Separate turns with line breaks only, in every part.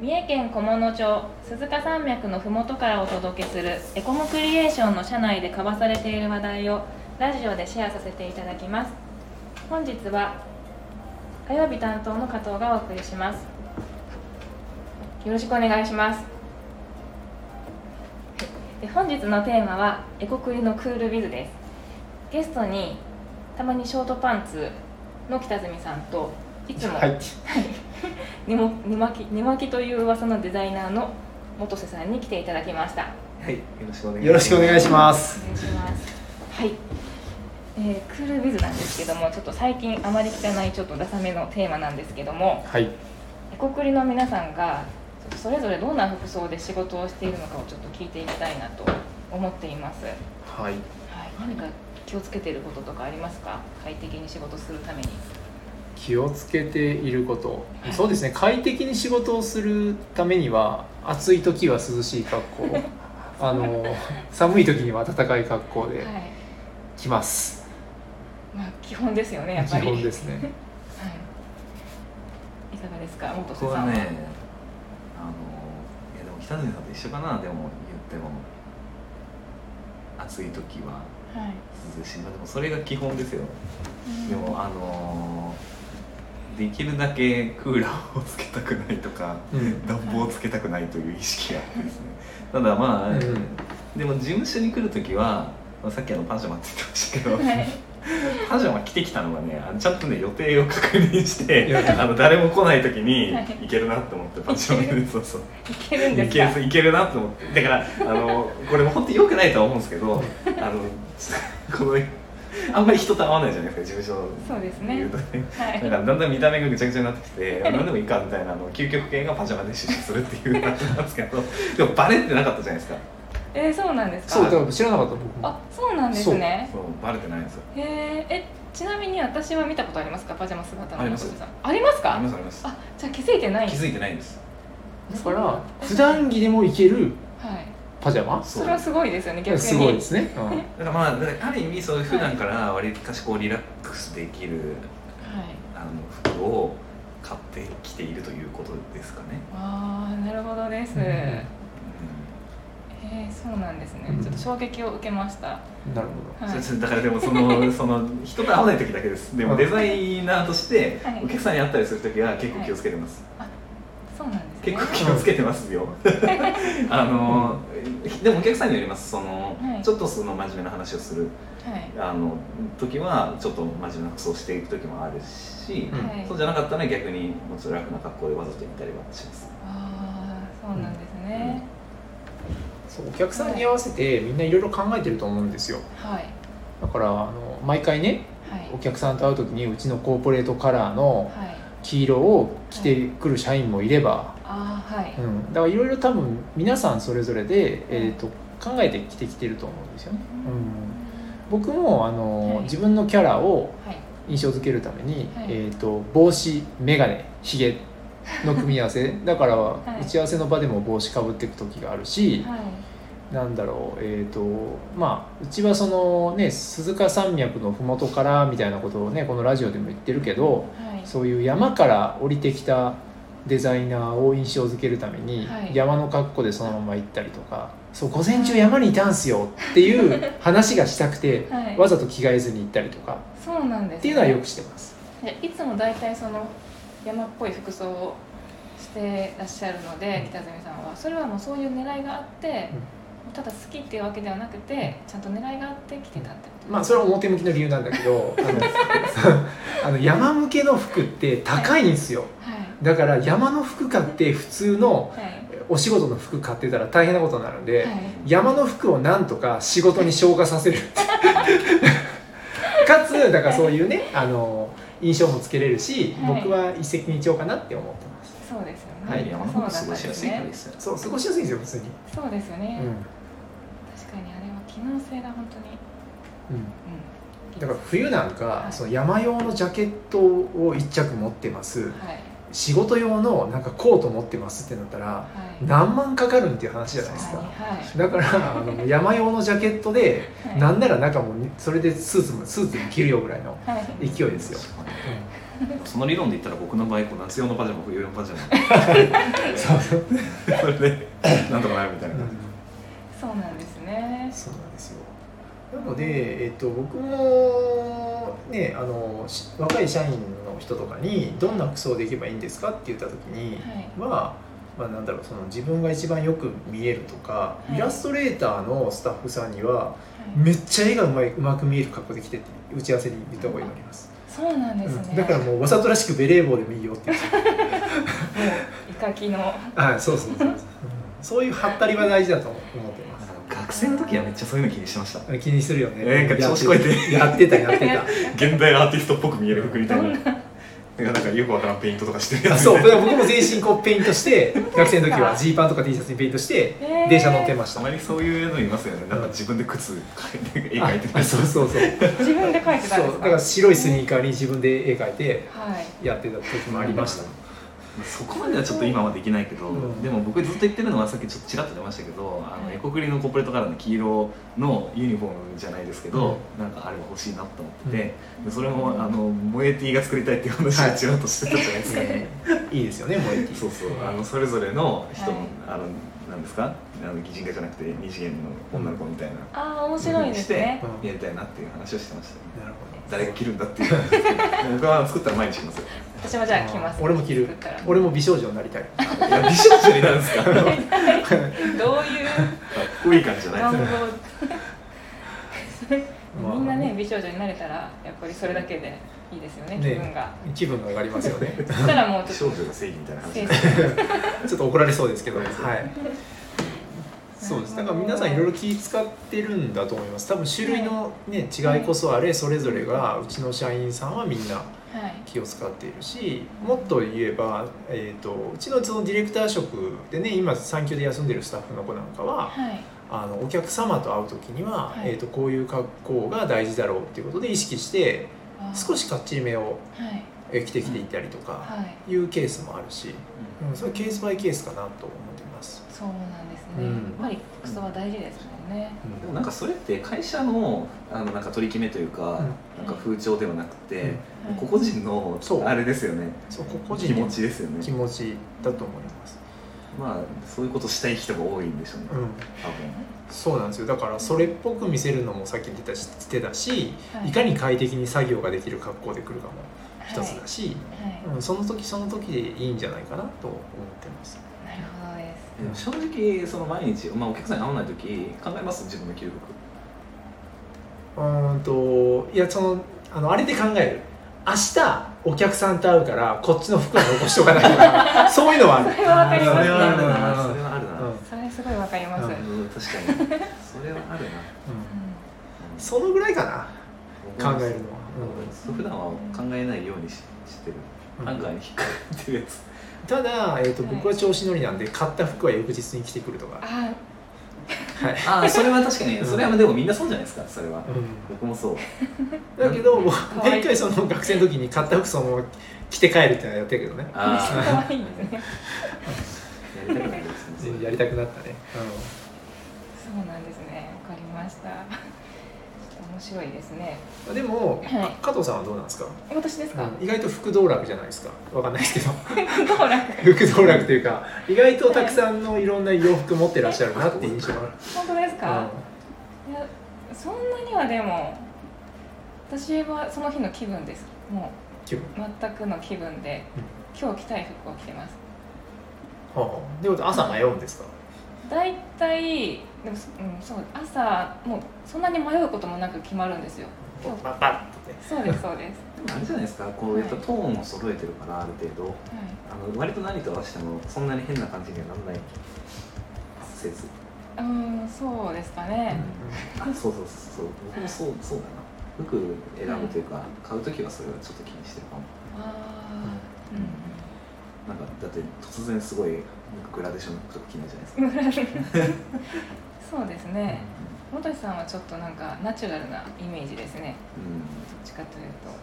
三重県菰野町鈴鹿山脈のふもとからお届けするエコムクリエーションの社内で交わされている話題をラジオでシェアさせていただきます本日は火曜日担当の加藤がお送りしますよろしくお願いしますで本日のテーマはエコクリのクールビズですゲストにたまにショートパンツの北角さんといつも、
はい、
にもにまきにまきという噂のデザイナーの元瀬さんに来ていただきました
はい、よろしくお願い
よろしくお願いし
す。
ます
お。願いしますはい、えークールビズなんですけどもちょっと最近あまり聞かないちょっとダサめのテーマなんですけども
はい、
エコクリの皆さんがちょっとそれぞれどんな服装で仕事をしているのかをちょっと聞いていきたいなと思っています、はい、
はい、
何か気をつけていることとかありますか快適に仕事するために
気をつけていること
は、い
そうですね。快適に仕事をするためには、暑い時は涼しい格 好、あの寒い時には暖かい格好で
はい
来ます。
まあ基本ですよねやっぱ
基
り
本ですね。
はい。いかがですか、元瀬
僕
さ
は
んは。
ね、あの、いやでも北谷さんと一緒かな、でも言っても。暑い時は
はい。
涼しい、まあでもそれが基本ですよ。でも、あの、できるだけクーラーをつけたくないとか。
うん、
暖房をつけたくないという意識があってですね。ただまあ、
うん
でも事務所に来る時は、まあさっきあのパジャマって言ってましたけど。
はい。
パジャマ着てきたのがねあのちゃんとね予定を確認して
予定
あの誰も来ない時に
はい
行けるなと思ってパジャマでそうそう
いけるん
行
です
け
か。
る行けるなと思ってだからあのこれも本当に良くないとは思うんですけどあのこのあんまり人と会わないじゃないですか事務所
そうですね
言うとね
はい
だからだんだん見た目がぐちゃぐちゃになってきて何でもいいかみたいなあの究極系がパジャマで出社するっていう感じなんですけどでもバレてなかったじゃないですか
えー、そうなんです
そうだ
か。
から知らなかった僕も。
あ、そうなんですね
そ。うバレてないんですよ
へえー、え、ちなみに私は見たことありますか、パジャマ姿の
あります
元瀬さん。あります
あ
か。
りますあります
あ、じゃあ気づいてない。
気づいてないんです
だから普段着でもいける
はい。
パジャマ。
そ
それはすごいですよね、逆に。
すごいですね。う ん
だからまあだからある意味そういう普段から割かしこうリラックスできる
はい。
あの服を買ってきているということですかね。
ああ、なるほどです。
うん
へえー、そうなんですね
う。ん
ちょっと衝撃を受けました。は
なる
うん
い。
そうだからでも そのその人と会わない時だけです。でもデザイナーとして
はい
お客さんに会ったりする時は結構気をつけてます。
そうなんですね。
結構気をつけてま すよ。あのでもお客さんによります。その、
はい
ちょっとその真面目な話をする
はい。
あの時はちょっと真面目な服装をしていく時もあるし。
うん
はい
そうじゃなかったら逆にもうちょっと楽な格好でわざと行ったりはします。
ああ、そうなんですね。
ほど。そうお客さんに合わせてみんないろいろ考えてると思うんですよ。
はい。
だからあの毎回ね
はい。
お客さんと会う時にうちのコーポレートカラーの
はい。
黄色を着てくる社員もいれば、
ああ、はい。
うん、だからいろいろ多分皆さんそれぞれで、えー、と考えてきてきてると思うんですよね。うん、僕もあの、
はい
自分のキャラを
はい。
印象づけるために、
はい
えー、と帽子眼鏡ひげの組み合わせ だから、
い
打ち合わせの場でも帽子かぶっていく時があるし、
はい。
なんだろうえっ、とまあうちはそのね鈴鹿山脈の麓からみたいなことをねこのラジオでも言ってるけど、
はい。
そういう山から降りてきたデザイナーを印象づけるために、
はい
山の格好でそのまま行ったりとか「そう午前中山にいたんすよ」っていう話がしたくて、
はい
わざと着替えずに行ったりとか
そうなんです、ね。
っていうのはよくしてます。
いつも大体その山っぽい服装をしてらっしゃるので、北角さんは、それはもうそういう狙いがあって。ただ好きっていうわけではなくて、ちゃんと狙いがあって来てたってこと。
まあ、それは表向きの理由なんだけどあ のあの山向けの服って高いんですよ
はい。
だから山の服買って普通の
はい。
お仕事の服買ってたら大変なことになるんで、
はい。
山の服をなんとか仕事に昇華させる かつだからそういうねあの印象もつけれるし、
はい
僕は一石二鳥かなって思ってます
そうですよね。
はい
山の
そう
方
だ
が
ったん
過
で
ごしや
す
すいから
ね
で。すよね。
そう過ごしやすいんですよ普通に、
そうですよね。
うん
確かにあれは機能性が本当に。
うん、
うん。
だから冬なんか、
はい
その山用のジャケットを一着持ってます
はい。
仕事用のなんかコート持ってますってなったら
はい
何万かかるんっていう話じゃないですか
はいはい
だからあの山用のジャケットで
はい
なんなら中もそれでスーツもスーツに着るよぐらいの
はい
勢いですよ、
その理論で言ったら僕の場合こう夏用のパジャマ冬用のパジャ
うんそうそう、
マそれで なんとかなるみたいな感じ
そうなんですね
そうなんですよなので、えっと、僕もねあのし若い社員の人とかにどんな服装でいけばいいんですかって言った時に
はい
は、まあ、なんだろうその自分が一番よく見えるとか、
はい
イラストレーターのスタッフさんには
はい
めっちゃ絵がうまいうまく見える格好できてって打ち合わせに言った方がいいと思います、
そうなんですね、
うんだからもうわざとらしくベレー帽でもいいよって言って
イカキの
はいそうそうそうそううんそういうハったりは大事だと思ってま
なん
す
か学生の時はめっちゃそういうの気にしてました
気にするよね
なんか調子こいて
やってたやってた
現代アーティストっぽく見える服みたいな
どん
なんかなんかよくわからんペイントとかしてる
あ
やつ
そう、だから僕も全身こうペイントして、学生の時はジーパンとか T シャツにペイントして、
えー
電車乗ってました
た。まにそういうのいますよねなんか自分で靴描いて絵描いて
あ
ま
そう
す
そうそう。
自分で描いてたん
そ
で
う、
す
だ
か
から白いスニーカーに自分で絵描いて
はい
やってた時もありました。
そこまではちょっと今はできないけど、
うん
でも僕ずっと言ってるのはさっきちょっとちらっと出ましたけどあの
はい
エコクリのコーポレートカラーの黄色のユニフォームじゃないですけど、なんかあれが欲しいなと思ってて、でそれもあの萌え T が作りたいっていう話をちらっとしてたじゃないですか、
いいですよね、萌えて。
そうそうあのそれぞれの人の、
はい
あのなんですかあの擬人化じゃなくて二次元の女の子みたいな、
ああ面白いですね
うん
やりたいなっていう話をしてましたね
なるほど。
誰が着るんだっていう話ですけど僕は作ったら毎日着ますよ
私もじゃあ着ます
俺も着る
作ったら。
俺も美少女になりたい。
いや美少女になるんですかかっ
どう いう
こいい感じじゃない
願
ですか
望
まあ
みんなね美少女になれたらやっぱりそれだけでいいですよね気分が、
気分が上がりますよ ね。
そしたらもう
美
ちょ
少
っ
女が正義みたいな
と
話
精
で
神
す
ちょっと怒られそうですけど、はい。そうです。だから皆さんいろいろ気使ってるんだと思います。多分種類のね違いこそあれそれぞれがうちの社員さんはみんな
はい
気を使っているしもっと言えば、えー、とうちのそのディレクター職でね今産休で休んでるスタッフの子なんかは
はい
あのお客様と会う時には、
はい
えー、とこういう格好が大事だろうっていうことで意識して
あー
少しかっちりめを
はい
え着てきていったりとか
はい
いうケースもあるし、うん、それはケースバイケースかなと思ってます。
そうなんですね、
うん
やっぱり服装は大事ですもんね
でもなんかそれって会社のあのなんか取り決めというか、なんか風潮ではなくて、
はい
個々人の
そう
あれですよね
そう個々
気
人の
持ちですよね
気持ちだと思います、
まあそういうことしたい人が多いんでしょうね、
うん、
多分
そうなんですよだからそれっぽく見せるのもさっき言ってたししてたし、
はい
いかに快適に作業ができる格好で来るかも一つだし、
はい、はい
うん、その時その時でいいんじゃないかなと思ってます。
なるほどです
でも正直その毎日、まあ、お客さんに会わない時考えます自分の記録
うーんといやそのあのあれで考える明日お客さんと会うからこっちの服は残しとかない とかそういうのはある。
それはわかります
それはあるな
うん
それは
う
ある
ん
な、
それすごいわかります、
う
うんん
うん、確かにそれはあるな、
そのぐらいかな。考えるのは
うんそう普段は考えないようにししてる
うん
ハンガーに引っかかってるやつ
ただ、えー、と
はい
僕は調子乗りなんで買った服は翌日に着てくるとか、
あ
はい
ああそれは確かに
うん
それはでもみんなそうじゃないですかそれは
う
僕もそう、
ん、だけどもう
かわいい
毎回その学生の時に買った服そのまま着て帰るっていうのはやってるけどね
あ
あ
可愛いですね
あやりたくないですねそれ
やりたくなったね、
そうなんですねわかりましたちょっと面白いですね
うん、でも、
はい
加藤さんはどうなんですか、
え私ですか、
うん意外と服道楽じゃないですかわかんないですけど
どう楽
服道楽というか意外とたくさんのいろんな洋服持ってらっしゃるなって印象が
本当です
あ
か、いやそんなにはでも私はその日の気分ですも
る気分
う全くの気分で、今日着たい服を着てます
はあでも朝迷うんですか
大体でも、うん、そう朝もうそんなに迷うこともなく決まるんですよ
こう
今
バッバッとね
日そうですそうです、
でもあれじゃないですかこうやっぱトーンを揃えてるからある程度
はい
あの割と何と合わせてもそんなに変な感じにはならない説
うーん、そうですかね。
あそうそうそうそう僕もそうそうだな服選ぶというか、買う時はそれはちょっと気にしてるかも
あ
なんかだって突然すごいなんかグラデーションの服とか着ないじゃないです
あ、う
か、
ん、 そうですね。元さんはちょっとなんかナチュラルなイメージですね。
うん
どっちかという
そうね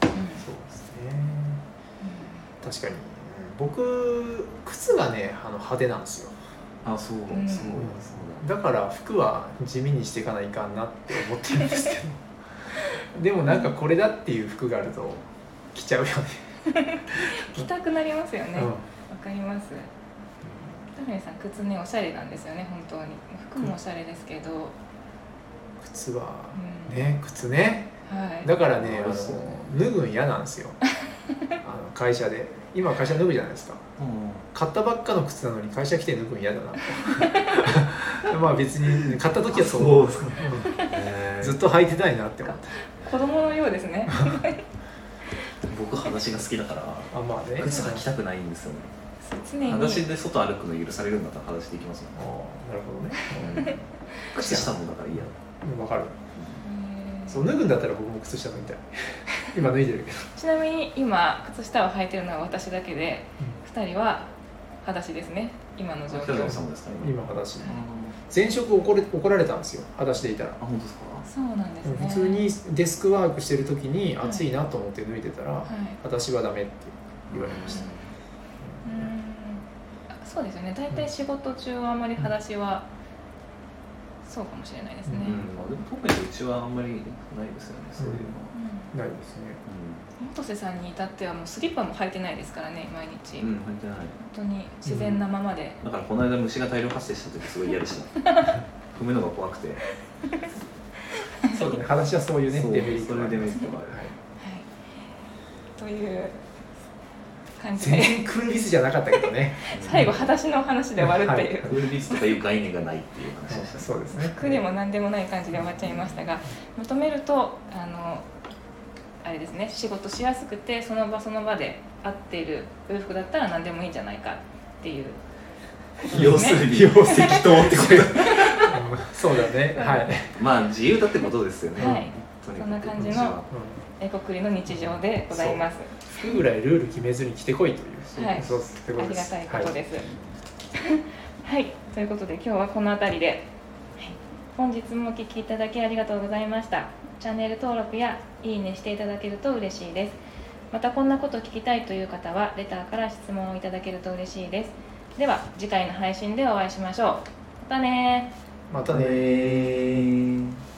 と。うん
そうですね
う
確かに、うん僕靴がねあの派手なんですよ
あそう、
うん
そうだそう
だから服は地味にしていかないかんなって思ってるんですけどでもなんかこれだっていう服があると着ちゃうよね、
着たくなりますよね
う
わ、
ん
かりますタフレさん靴ねおしゃれなんですよね本当に服もおしゃれですけど、
靴は
うん
ね靴ね
はい
だからねあ
そ
の
うで
脱
すね
ぐん嫌なんですよ あの会社で今会社脱ぐじゃないですか
だうん
買ったばっかの靴なのに会社来て脱ぐん嫌だ なまあ別に買った時はそう
ですか
うん
ず
ずっ
っ
と履いてたいなって思って
子供のようです ね
と僕裸足が好きだから
あまあね
靴履きたくないんですよね
常に
裸足で外歩くの許されるんだったら裸足で行きます
あーなるほどね
もん、ね、靴下もだから嫌だ
うんわかる
うん
そう脱ぐんだったら僕も靴下脱いたい今脱いでるけど
ちなみに今靴下を履いてるのは私だけで2人は裸足ですね今の状
北
況
島
そ
さんもですか
今裸足
あ
前職怒れ怒られたんですよ裸足でいたら
本当ですか
うなんですね
普通にデスクワークしてる時に暑いなと思って脱いでたら、
はい
裸足はダメって言われました、
うんあそうですよね大体仕事中はあまり裸足はそうかもしれないですね、
うん、
うん
まあ、でも特にうちはあんまりないですよねそういうの
な
は、
いですね
本瀬さんに至ってはもうスリッパも履いてないですからね毎日、
うん、
本
うん、入ってない
当に自然なままで、
だからこの間虫が大量発生した時すごい嫌でした踏むのが怖くて
そうね裸足はそういうね
そう
デメリットがあります
そういう
はい、と
はい
デメリットがある
いう感じ
全
で
然クールビズじゃなかったけどね
最後裸足の話で終わるっていう、
クールビズとかいう概念がないっていう話でした、
そうですね
苦でも何でもない感じで終わっちゃいましたがまとめるとあのあれですね仕事しやすくてその場その場で合っているお洋服だったら何でもいいんじゃないかっていう
要するに
要
適当ってこ
うんそうだね
うん
はい、
とまあ自由だってことですよね、
はい
とにかく
そんな感じの
うちは
えこくりの日常でございます
うん服ぐらいルール決めずに着てこいという、
はい
そうですって
あ
こと
り
で
が
す
たいこと
はい
です はい、ということで今日はこの辺りで、はい、本日もお聞きいただきありがとうございましたチャンネル登録やいいねしていただけると嬉しいですまたこんなこと聞きたいという方はレターから質問をいただけると嬉しいですでは次回の配信でお会いしましょうまたねー
またねー
えー